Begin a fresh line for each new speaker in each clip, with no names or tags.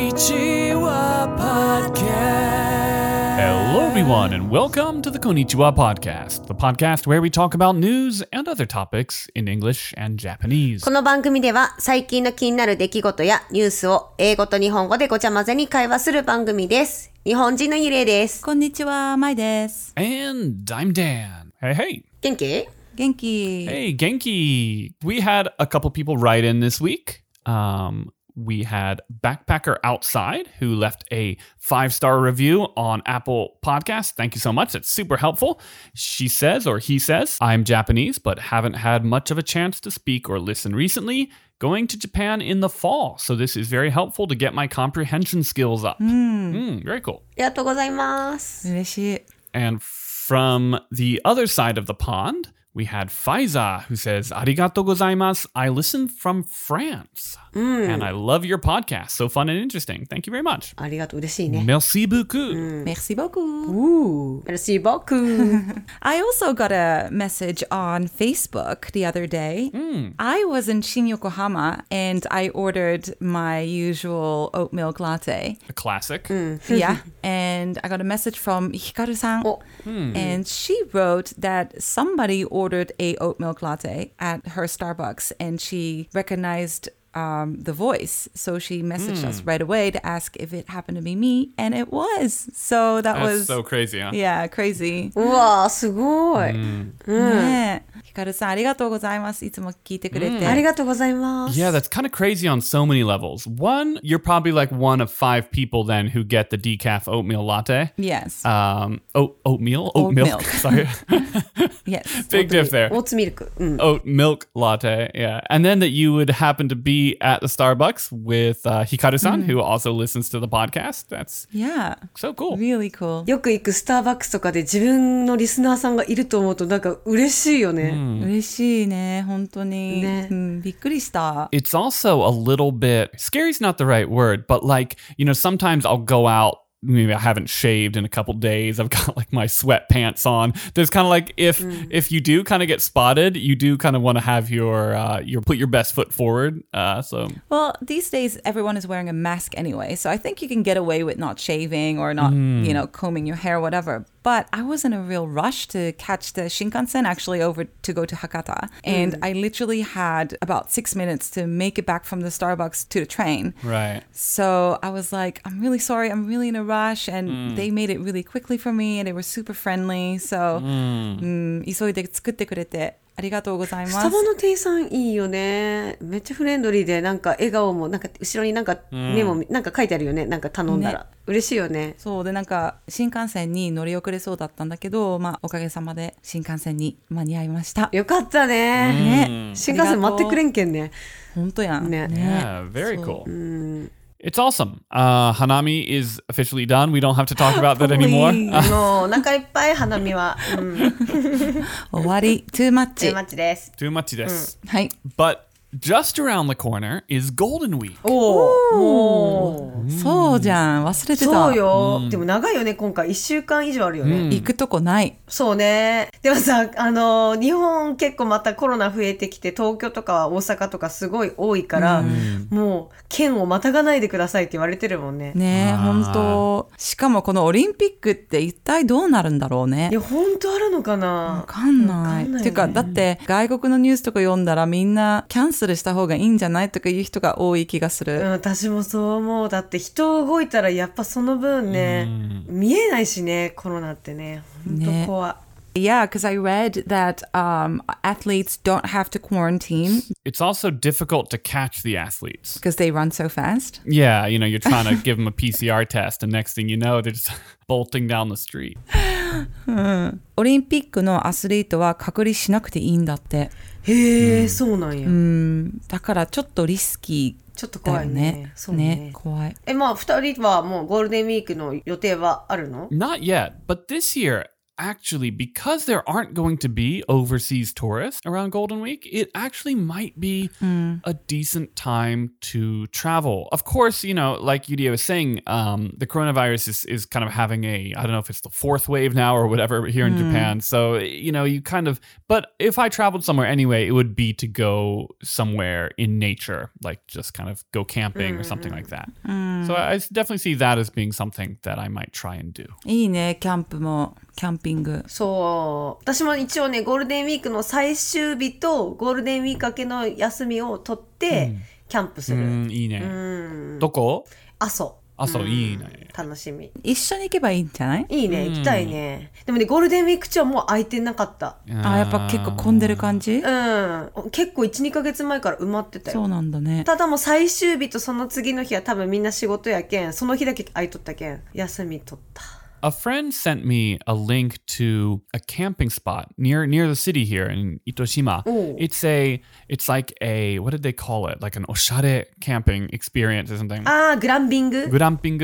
Konnichiwa Podcast.
Hello, everyone, and welcome to the Konnichiwa Podcast, the podcast where we talk about news and other topics in English and Japanese.
この番組では最近の気になる出来事やニュースを英語と日本語でごちゃ混ぜに会話する番組です。日本人のゆれいです。
こんにちは、まいです。
And I'm Dan. Hey, hey.
元気
元気。
Hey, Genki. We had a couple people write in this week. Um, we had Backpacker Outside, who left a five star review on Apple Podcasts. Thank you so much. It's super helpful. She says, or he says, I'm Japanese, but haven't had much of a chance to speak or listen recently. Going to Japan in the fall. So this is very helpful to get my comprehension skills up. Mm, very cool.
ありがとうございます。
嬉しい。
And from the other side of the pond, we had Faiza who says, Arigato gozaimasu. I listen from France.
Mm.
And I love your podcast. So fun and interesting. Thank you very much.
ありがとう、嬉しいね。
Merci beaucoup.
Merci beaucoup.
Merci beaucoup.
I also got a message on Facebook the other day. I was in Shin Yokohama and I ordered my usual oat milk latte.
A classic.
yeah. And I got a message from Hikaru san.
Oh.
Hmm.
And she wrote that somebody ordered a oat milk latte at her Starbucks and she recognized um, the voice. So she messaged
Hmm.
us right away to ask if it happened to be me. And it was. So that
That's
was.
so crazy, huh?
yeah, crazy.
うわー、すごい。
ねえひかるさん、ありがとうございます。いつも聞いてくれ
Hmm.
て。
ありがとうございます。
Yeah, that's kind of crazy on so many levels. One, you're probably like one of five people then who get the decaf oatmeal latte.
Yes.
Um, oat, oatmeal? Oat,
Oat
milk.
milk.
Sorry.
yes.
Big diff there.
オーツミルク。うん。
oat milk latte. Yeah. And then that you would happen to be at the Starbucks with uh, Hikaru san, who also listens to the podcast. That's
Yeah.
so cool.
Really cool.
よく行くスターバックスとかで自分のリスナーさんがいると思うとなんか嬉しいよね。
嬉しいね。本当に。
ね
うん、びっくりした。
It's also a little bit scary's not the right word, but like, you know, sometimes I'll go out. Maybe I haven't shaved in a couple days. I've got like my sweatpants on. There's kind of like if if you do kind of get spotted, you do kind of want to have your uh, your put your best foot forward. Uh, so
Well, these days everyone is wearing a mask anyway, so I think you can get away with not shaving or not, you know, combing your hair, whatever. But I was in a real rush to catch the Shinkansen actually over to go to Hakata, and I literally had about six minutes to make it back from the Starbucks to the train.
right,
So I was like, I'm really sorry, I'm really in a rush, and they made it really quickly for me, and they were super friendly. So, mm, うん急いで作ってくれてありがとうございます。
スタバの店員さんいいよね。めっちゃフレンドリーで、なんか笑顔も、なんか後ろになんかメモ、なんか書いてあるよね。なんか頼んだら。嬉しいよね。
そうでなんか新幹線に乗り遅れそうだったんだけど、まあ、おかげさまで新幹線に間に合いました。
よかったね。
ね、
新幹線待ってくれ
ん。
んけんね。
本当やん。
ね
yeah, very cool. It's awesome. Uh, Hanami is officially done. We don't have to talk about that anymore. Uh,
もうお腹いっぱい、花見は。 うん。
終わり、トゥーマッチ
マ。ッチです。
Too much of this.
はい。
But just around the corner is Golden Week.
おお。も
そうじゃん、忘れ
う。
てた。
そうよ。でも長いよね、今回。1週間以上あるよね。
行くとこない。
そうね。でもさ、あの、日本結構またコロナ増えてきて、東京とか大阪とかすごい多いから、もう、県をまたがないでくださいって言われてるもんね。
ねえ、本当。しかもこのオリンピックって一体どうなるんだろうね
い。や、本当あるのかな
わかん
わ
ない。
よね
てか、だって外国のニュースとか読んだらみんなキャンセルした方がいいんじゃないとかいう人が多い気がす
うん、
る。
私もそう思う。だって人動いたらやっぱその分ね、見えないしね、コロナってね。本当
ね
怖い。
Yeah, because I read that um, athletes don't have to quarantine
It's also difficult to catch the athletes.
because they run so fast.
Yeah, you know, you're trying to give them a PCR test, and next thing you know, they're just bolting down the street.
オリンピックのアスリートは隔離しなくていいんだって。
へえ、そうなんや。
だからちょっとリスキ
ちょっと
ーだ
怖
よ
い
ね。
ね。そうね。
怖い。
え、まあ、二人はもうゴールデンウィークの予定はあるの
Not yet, but this year, actually, because there aren't going to be overseas tourists around Golden Week, it actually might be a decent time to travel. Of course, you know, like Yudia was saying, um, the coronavirus is, is kind of having a, I don't know if it's the fourth wave now or whatever here in Japan. So, you know, you kind of, but if I traveled somewhere anyway, it would be to go somewhere in nature, like just kind of go camping or something like that. So I I definitely see that as being something that I might try and do.
いいね、キャンプも、キャンピング。
そう。私も一応ね、ゴールデンウィークの最終日と、ゴールデンウィーク明けの休みを取って、キャンプす
う
る。
ん、いいね。
うん。
どこ
阿蘇。
あ、そう、いいね。
楽しみ。
一緒に行けばいいんじゃない
いいね、行きたいね。でもね、ゴールデンウィーク中はもう空いてなかった。
あ、やっぱ結構混んでる感じ
うん。結構1、2ヶ月前から埋まってた
そ
よ。
うなんだね。
ただもう最終日とその次の日は多分みんな仕事やけん、その日だけ空いとったけん、休み取った。
A friend sent me a link to a camping spot near near the city here in Itoshima.
Ooh.
It's a it's like a what did they call it? Like an oshare camping experience or something.
あー、グランビング
Gramping,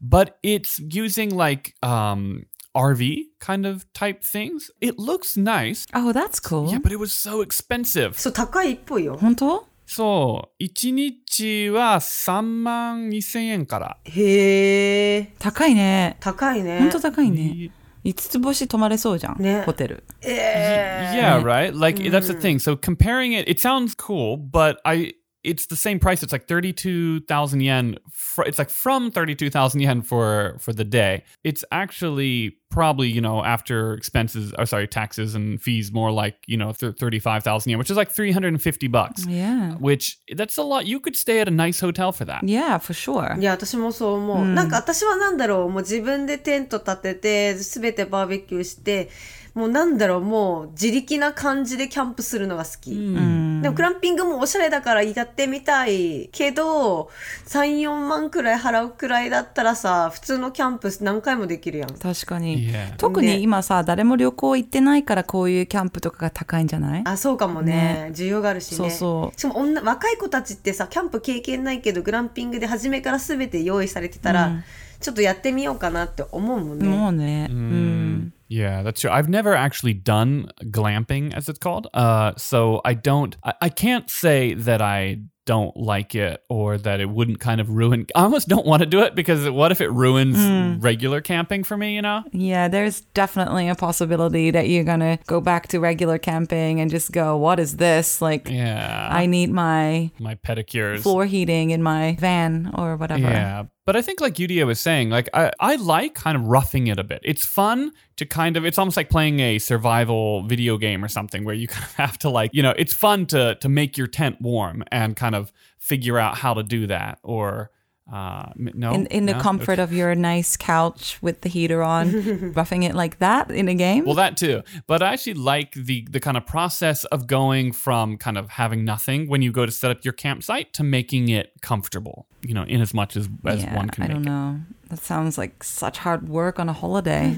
but it's using like um RV kind of type things. It looks nice.
Oh, that's cool.
Yeah, but it was so expensive.
そう、高いっぽいよ。
本当
そう、1日は3万2000円から。
へー。
高いね。
高いね。
本当高いね。五つ星泊まれそうじゃん。
ね
ホテル。
え
Yeah, right? Like, eh, that's the thing. So comparing it, it sounds cool, but I. It's the same price. It's like thirty-two thousand yen. Fr- it's like from thirty-two thousand yen for for the day. It's actually probably you know after expenses, or sorry, taxes and fees, more like you know th- thirty-five thousand yen, which is like three hundred and fifty bucks.
Yeah.
Which that's a lot. You could stay at a nice hotel for that.
Yeah, for sure.
いや、私もそう思う。なんか私はなんだろう、もう自分でテント立てて、すべてバーベキューして、もうなんだろう、もう自力な感じでキャンプするのが好き。でもクランピングもおしゃれだからやってみたいけど、3、4万くらい払うくらいだったらさ、普通のキャンプ何回もできるやん。
確かに。
Yeah.
特
ね
に今さ、誰も旅行行ってないからこういうキャンプとかが高いんじゃない
あ、そうかもね。需要があるしね。
そうそう
しかも女、若い子たちってさ、キャンプ経験ないけど、グランピングで初めから全て用意されてたら、ちょっとやってみようかなって思うもんね。
もうね。
Mm.
うん。
Yeah, that's true. I've never actually done glamping, as it's called. Uh, so I don't, I, I can't say that I don't like it or that it wouldn't kind of ruin. I almost don't want to do it because what if it ruins regular camping for me, you know?
Yeah, there's definitely a possibility that you're gonna go back to regular camping and just go, what is this? Like,
Yeah.
I need my
my pedicures.
floor heating in my van or whatever.
Yeah. But I think like Yudia was saying, like I, I like kind of roughing it a bit. It's fun to kind of it's almost like playing a survival video game or something where you kind of have to like, you know, it's fun to to make your tent warm and kind of figure out how to do that or uh m- no
In, in the
No?
comfort of your nice couch with the heater on, roughing it like that in a game.
Well, that too. But I actually like the the kind of process of going from kind of having nothing when you go to set up your campsite to making it comfortable. You know, in as much as as
yeah,
one can
I
make
don't
it.
know. That sounds like such hard work on a holiday.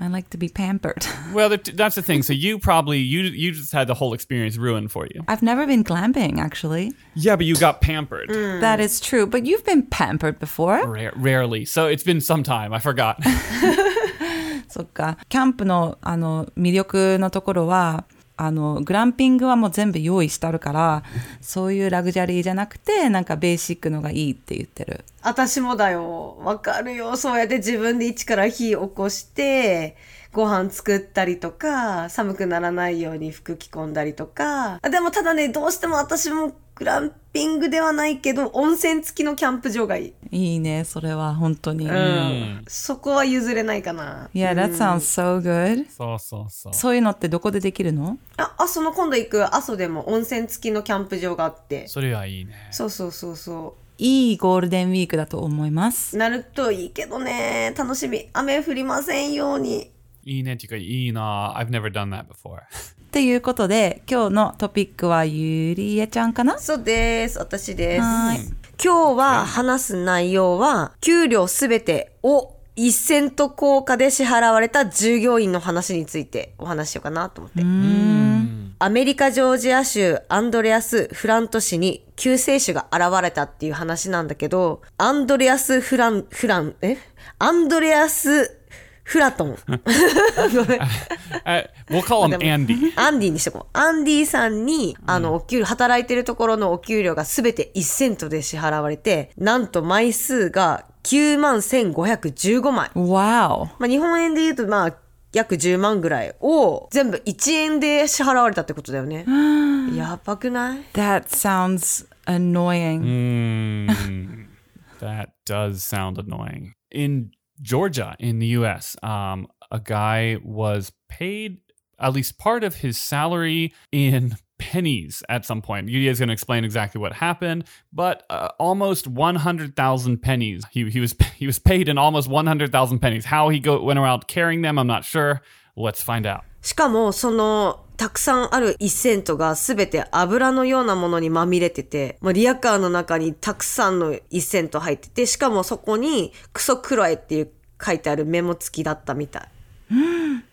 I like to be pampered.
Well, that- that's the thing. So you probably you you just had the whole experience ruined for you.
I've never been glamping, actually.
Yeah, but you got pampered
That is true. But you've been pampered before.
Rare, rarely. So it's been some time. I forgot.
そっか。キャンプの、あの、魅力のところは、あの、グランピングはもう全部用意してあるから、そういうラグジュアリーじゃなくて、なんかベーシックのがいいって言ってる。
私もだよ。わかるよ。そうやって自分で一から火起こして、ご飯作ったりとか、寒くならないように服着込んだりとか。あでもただね、どうしても私もグランピングではないけど、温泉付きのキャンプ場がいい。
いいね、それは本当に。
うん。そこは譲れないかな。
Yeah, that sounds so good.
so so so.
そういうのってどこでできるの
あ、あ、その今度行く阿蘇でも温泉付きのキャンプ場があって。そうそうそうそ
いいゴールデンウィークだと思います
う。。なるといいけどね。楽しみ。雨降りませんように。
いいねっていうかいいな I've never done that before.
っていうことで、今日のトピックはゆりえちゃんかな
そうです。私です。
はーい
今日は話す内容は、給料すべてを一銭と効果で支払われた従業員の話についてお話ししようかなと思って。アメリカ・ジョージア州アンドレアス・フラント市に救世主が現れたっていう話なんだけど、アンドレアス・フラン、フラン、えアンドレアス・フラト ン。ごめん
Uh, we'll call him Andy.
アンディにしても。アンディさんに、あの、お給料、働いてるところのお給料がすべて1セントで支払われて、なんと枚数が9万1515枚。
Wow.
まあ、日本円で言うと、まあ、約10万ぐらいを全部1円で支払われたってことだよね。やばくない
That sounds annoying.
Mm, that does sound annoying. In Georgia, in the US, um, a guy was paid at least part of his salary in pennies at some point. Yulia is going to explain exactly what happened, but uh, almost 100,000 pennies. He, he was he was paid in almost 100,000 pennies. How he go, went around carrying them, I'm not sure. Let's find out.
しかも、その、たくさんある1セントがすべて油のようなものにまみれてて、まあ、リアカーの中にたくさんの1セント入ってて、しかもそこにクソクロエっていう書いてあるメモ付きだったみたい。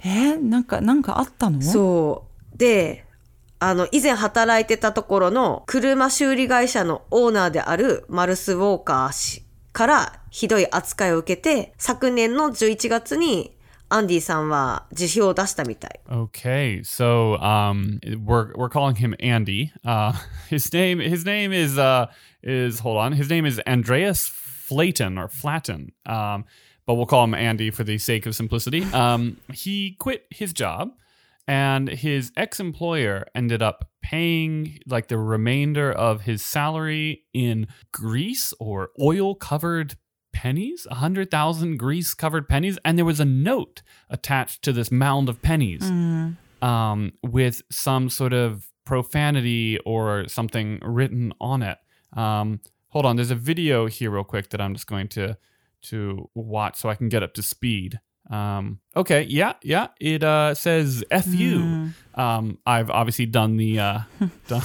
えー、なんか、なんかあったの
そう。で、あの、以前働いてたところの車修理会社のオーナーであるマルス・ウォーカー氏からひどい扱いを受けて、昨年の11月にアンディさんは辞表を出したみたい。
Okay, so um, we're we're calling him Andy. Uh, his name his name is uh is hold on his name is Andreas Flaten or Flatten. Um, but we'll call him Andy for the sake of simplicity. Um, he quit his job, and his ex employer ended up paying like the remainder of his salary in grease or oil covered pennies, a hundred thousand grease covered pennies, and there was a note attached to this mound of pennies um, with some sort of profanity or something written on it. Um, hold on, there's a video here real quick that I'm just going to to watch so I can get up to speed. Um, okay, yeah, yeah. It uh, says "f you." Um, I've obviously done the uh, done,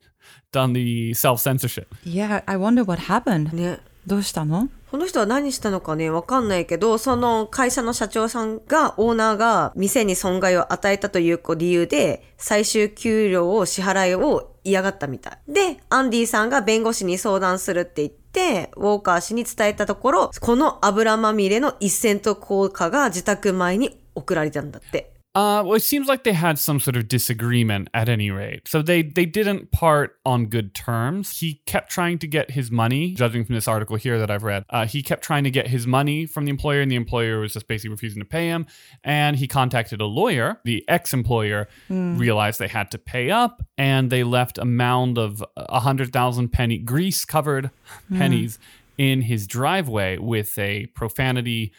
done the self censorship.
Yeah, I wonder what happened.
ね。
どうしたの
この人は何したのかね、わかんないけど、その会社の社長さんが、オーナーが店に損害を与えたという理由で、最終給料を支払いを嫌がったみたい。で、アンディさんが弁護士に相談するって言って、ウォーカー氏に伝えたところ、この油まみれの一セント硬貨が自宅前に送られたんだって。
Uh, well, it seems like they had some sort of disagreement at any rate. So they they didn't part on good terms. He kept trying to get his money, judging from this article here that I've read. Uh, he kept trying to get his money from the employer, and the employer was just basically refusing to pay him. And he contacted a lawyer. The ex employer realized they had to pay up, and they left a mound of a hundred thousand penny grease covered pennies in his driveway with a profanity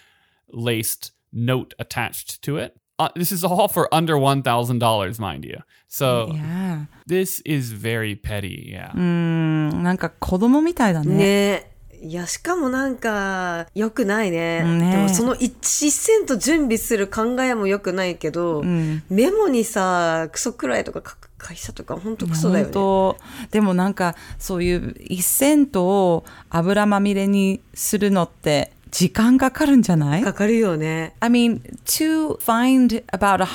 laced note attached to it. Uh, this is all for under one thousand dollars, mind you. So
Yeah. Mm.
this is very petty. Yeah.
うん、なんか子供みたいだね。
ねいや、しかもなんか、良くないね。
ね
でもその1セント準備する考えも良くないけど、
うん。
メモにさ、クソくらいとか書く会社とか本当クソだよ
本
ね。
当でもなんかそういう1セントを油まみれにするのって時間かかるんじゃない
かかるよね。
I mean, to find about a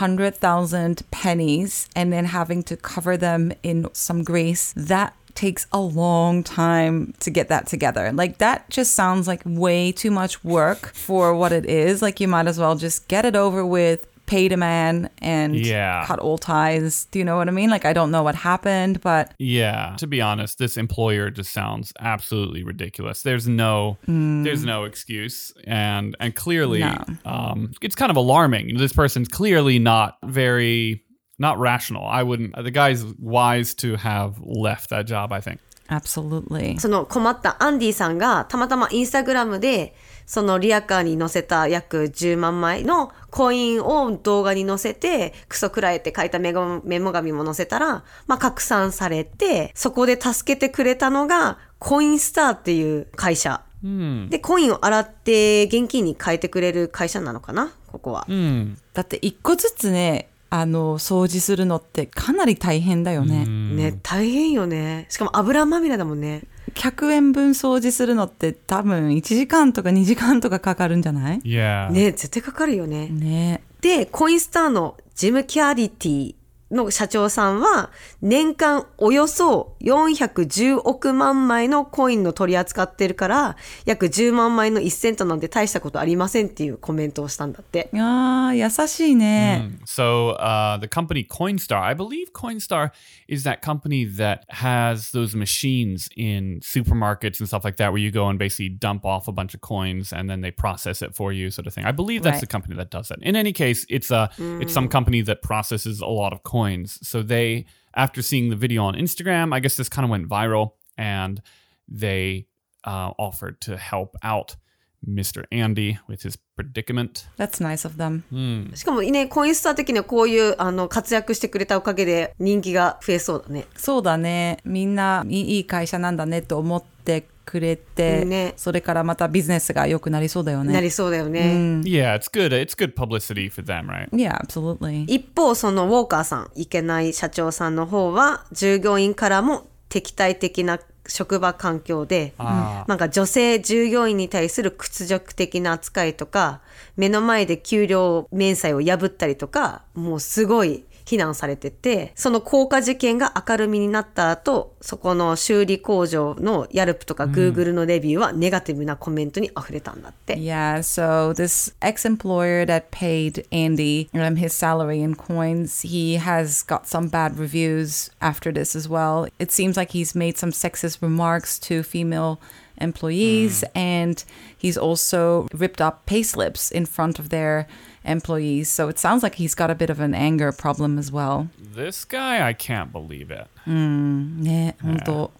100,000 pennies and then having to cover them in some grease, that takes a long time to get that together. Like, that just sounds like way too much work for what it is. Like, you might as well just get it over with. Paid a man and
Yeah.
cut all ties. Do you know what I mean? Like, I don't know what happened, but
Yeah. To be honest, this employer just sounds absolutely ridiculous. There's no there's no excuse. And and clearly
Mm. No.
um it's kind of alarming. This person's clearly not very not rational. I wouldn't the guy's wise to have left that job, I think.
absolutely.
その困ったアンディさんがたまたまインスタグラムでそのリアカーに載せた約10万枚のコインを動画に載せてクソくらえって書いたメモメモ紙も載せたら、まあ、拡散されてそこで助けてくれたのがコインスターっていう会社。
Hmm.
で、コインを洗って現金に変えてくれる会社なのかなここは。
Hmm.
だって、一個ずつね、あの、掃除するのってかなり大変だよね。
ね、大変よね。しかも油まみれだもんね。
100円分掃除するのって多分1時間とか2時間とかかかるんじゃない
Yeah.
ね、絶対かかるよね。
ね
で、コインスターのジム・キャリティの社長さんは、年間およそ410億万枚のコインの取り扱ってるから、約10万枚の1セントなんて大したことありませんっていうコメントをしたんだって。
ああ、優しいね。
So uh, the company Coinstar, I believe Coinstar is that company that has those machines in supermarkets and stuff like that, where you go and basically dump off a bunch of coins and then they process it for you, sort of thing. I believe that's
Right.
the company that does that. In any case, it's a it's some company that processes a lot of coins. So they, after seeing the video on Instagram, I guess this kind of went viral, and they uh, offered to help out. Mr. Andy with his predicament.
That's nice of them.
しかもね、コインスター的にはこういう、あの、活躍してくれたおかげで人気が増えそうだね。
そうだね。みんないいいい会社なんだねと思ってくれて、
ね
それからまたビジネスが良くなりそうだよ
な
ね。
りそうだよね。
Yeah, it's good. It's good publicity for them, right?
Yeah, absolutely.
一方、そのウォーカーさん、いけない社長さんの方は、従業員からも敵対的な職場環境で、なんか女性従業員に対する屈辱的な扱いとか、目の前で給料明細を破ったりとか、もうすごい非難されてて、その効果事件が明るみになった後、そこの修理工場のヤルプとか Google のレビューはネガティブなコメントに溢れたんだって。
Yeah, so this ex employer that paid Andy um, his salary in coins, he has got some bad reviews after this as well. It seems like he's made some sexist remarks to female employees, and he's also ripped up pay slips in front of their employees. So it sounds like he's got a bit of an anger problem as well.
This guy, I can't believe it.
Yeah, 本当。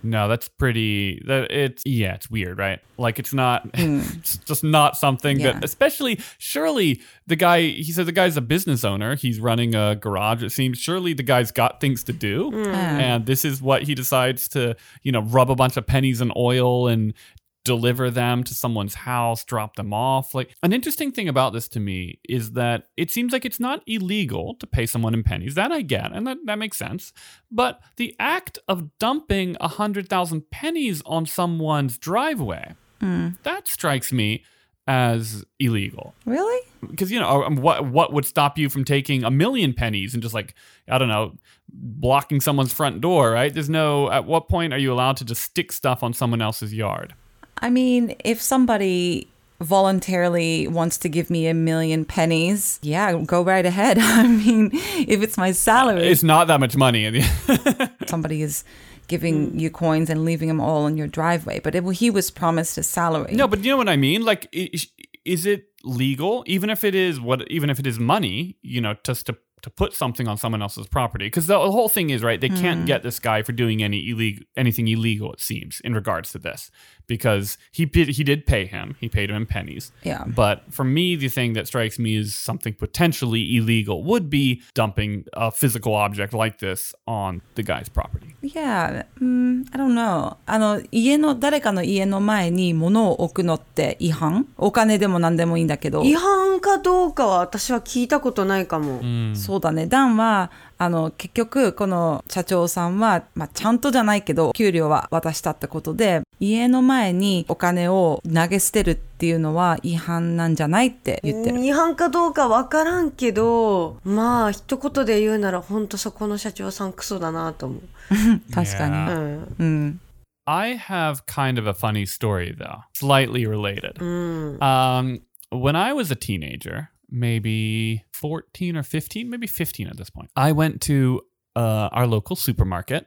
No, that's pretty. That it's yeah, it's weird, right? Like it's not, it's just not something
Yeah.
that, especially surely the guy. He said the guy's a business owner. He's running a garage. It seems surely the guy's got things to do,
Hmm.
and this is what he decides to you know rub a bunch of pennies in oil and deliver them to someone's house, drop them off. Like an interesting thing about this to me is that it seems like it's not illegal to pay someone in pennies. That I get, and that, that makes sense. But the act of dumping a hundred thousand pennies on someone's driveway, that strikes me as illegal
Really?
because you know um, what what would stop you from taking a million pennies and just like I don't know blocking someone's front door right there's no at what point are you allowed to just stick stuff on someone else's yard
I mean, if somebody voluntarily wants to give me a million pennies, yeah, go right ahead. I mean, if it's my salary,
it's not that much money
somebody is giving you coins and leaving them all in your driveway. But it, well, he was promised a salary.
no but you know what I mean like i- is, is it legal even if it is what even if it is money you know just to to put something on someone else's property because the whole thing is right they can't get this guy for doing any illegal anything illegal it seems in regards to this because he did he did pay him he paid him in pennies
Yeah.
But for me, the thing that strikes me as something potentially illegal would be dumping a physical object like this on the guy's property.
Yeah, mm, I don't know. あの、家の、誰かの家の前に物を置くのって違反お金でも何でもいいんだけど。
違反かどうかは私は聞いたことないかも。
そうだね。ダンは、あの、結局、この社長さんは、まあ、ちゃんとじゃないけど、給料は渡したってことで、家の前にお金を投げ捨てるっていうのは違反なんじゃないって言ってる。
違反かどうかわからんけど、まあ、一言で言うなら、ほんとそこの社長さんクソだなと思う。
確かに。
う
Yeah.
ん。
うん。
I have kind of a funny story, though, slightly related.
うん。
Um, when I was a teenager, maybe 14 or 15, maybe 15 at this point, I went to uh, our local supermarket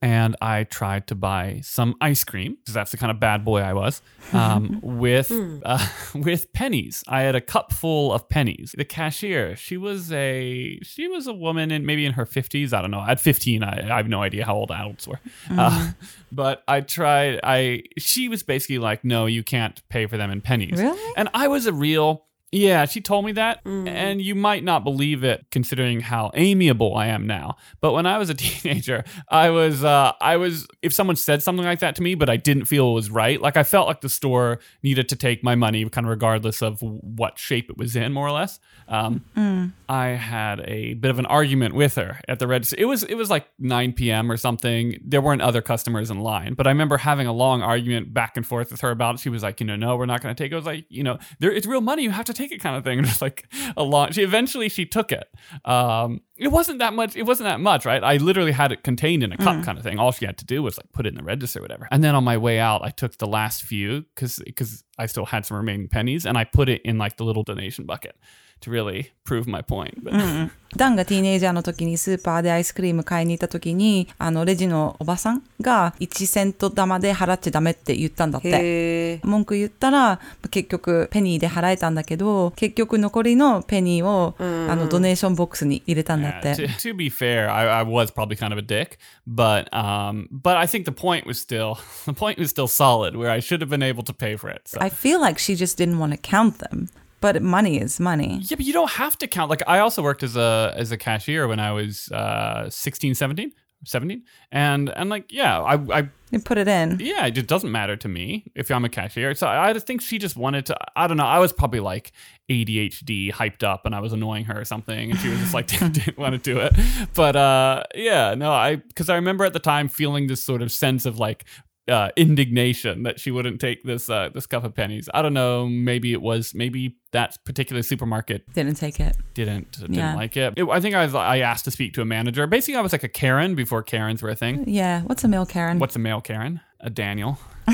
and I tried to buy some ice cream because that's the kind of bad boy I was. Um, with uh, with pennies, I had a cup full of pennies. The cashier, she was a she was a woman in maybe in her fifties. I don't know. At fifteen, I, I have no idea how old adults were. Uh, but I tried. I she was basically like, no, you can't pay for them in pennies.
Really?
And I was a real, yeah, she told me that. And you might not believe it considering how amiable I am now. But when I was a teenager, I was, uh, I was, if someone said something like that to me, but I didn't feel it was right, like I felt like the store needed to take my money, kind of regardless of what shape it was in, more or less. Um, I had a bit of an argument with her at the register. It was it was like 9 p.m. or something. There weren't other customers in line, but I remember having a long argument back and forth with her about it. She was like, you know, no, we're not going to take. it." I was like, you know, there it's real money. You have to take it kind of thing. Just like a long. She eventually she took it. Um, it wasn't that much. It wasn't that much, right? I literally had it contained in a cup kind of thing. All she had to do was like put it in the register, or whatever. And then on my way out, I took the last few because because I still had some remaining pennies, and I put it in like the little donation bucket to really prove my point. But
ダンがティーネイジャーの時にスーパーでアイスクリーム買いに行った時に、あの、レジのおばさんが1セント玉で払っちゃダメって言ったんだって。
へえ。
文句言ったら、結局ペニーで払えたんだけど、結局残りのペニーを、あの、ドネーションボックスに入れたん だ
Yeah,
って。
to, to be fair, I, I was probably kind of a dick, but um, but I think the point was still the point was still solid where I should have been able to pay for it. So.
I feel like she just didn't want to count them. But money is money.
yeah, but you don't have to count. Like I also worked as a as a cashier when I was uh, 16, 17, 17. and and like yeah, I, I
You put it in.
yeah, it just doesn't matter to me if I'm a cashier. So I, I think she just wanted to. I don't know. I was probably like ADHD hyped up, and I was annoying her or something, and she was just like didn't, didn't want to do it. But uh, yeah, no, I because I remember at the time feeling this sort of sense of like. Uh, indignation that she wouldn't take this uh, this cup of pennies. I don't know. Maybe it was maybe that particular supermarket
Didn't take it.
didn't didn't
Yeah.
like it. it. I think I was I asked to speak to a manager. Basically, I was like a Karen before Karens were a thing.
Yeah. What's a male Karen?
What's a male Karen? A Daniel.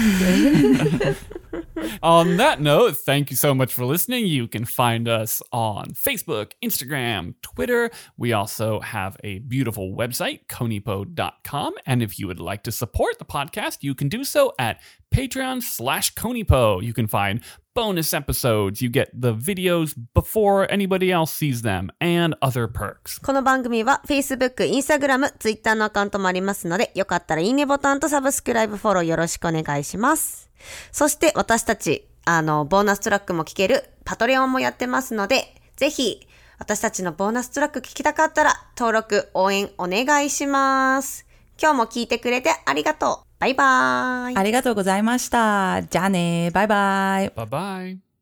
on that note, thank you so much for listening. You can find us on Facebook, Instagram, Twitter. We also have a beautiful website, conipo.com. And if you would like to support the podcast, you can do so at Patreon slash Conipo. You can find bonus episodes. You get the videos before anybody else sees them and other perks.
この番組は Facebook、Instagram、Twitter のアカウントもありますので、よかったらいいねボタンとサブスクライブフォローよろしくお願いします。そして私たち、あの、ボーナストラックも聴けるパトレオンもやってますので、ぜひ、私たちのボーナストラック聴きたかったら、登録、応援お願いします。今日も聞いてくれてありがとう。バイバーイ。
ありがとうございました。じゃあね。バイバイ。
Bye bye.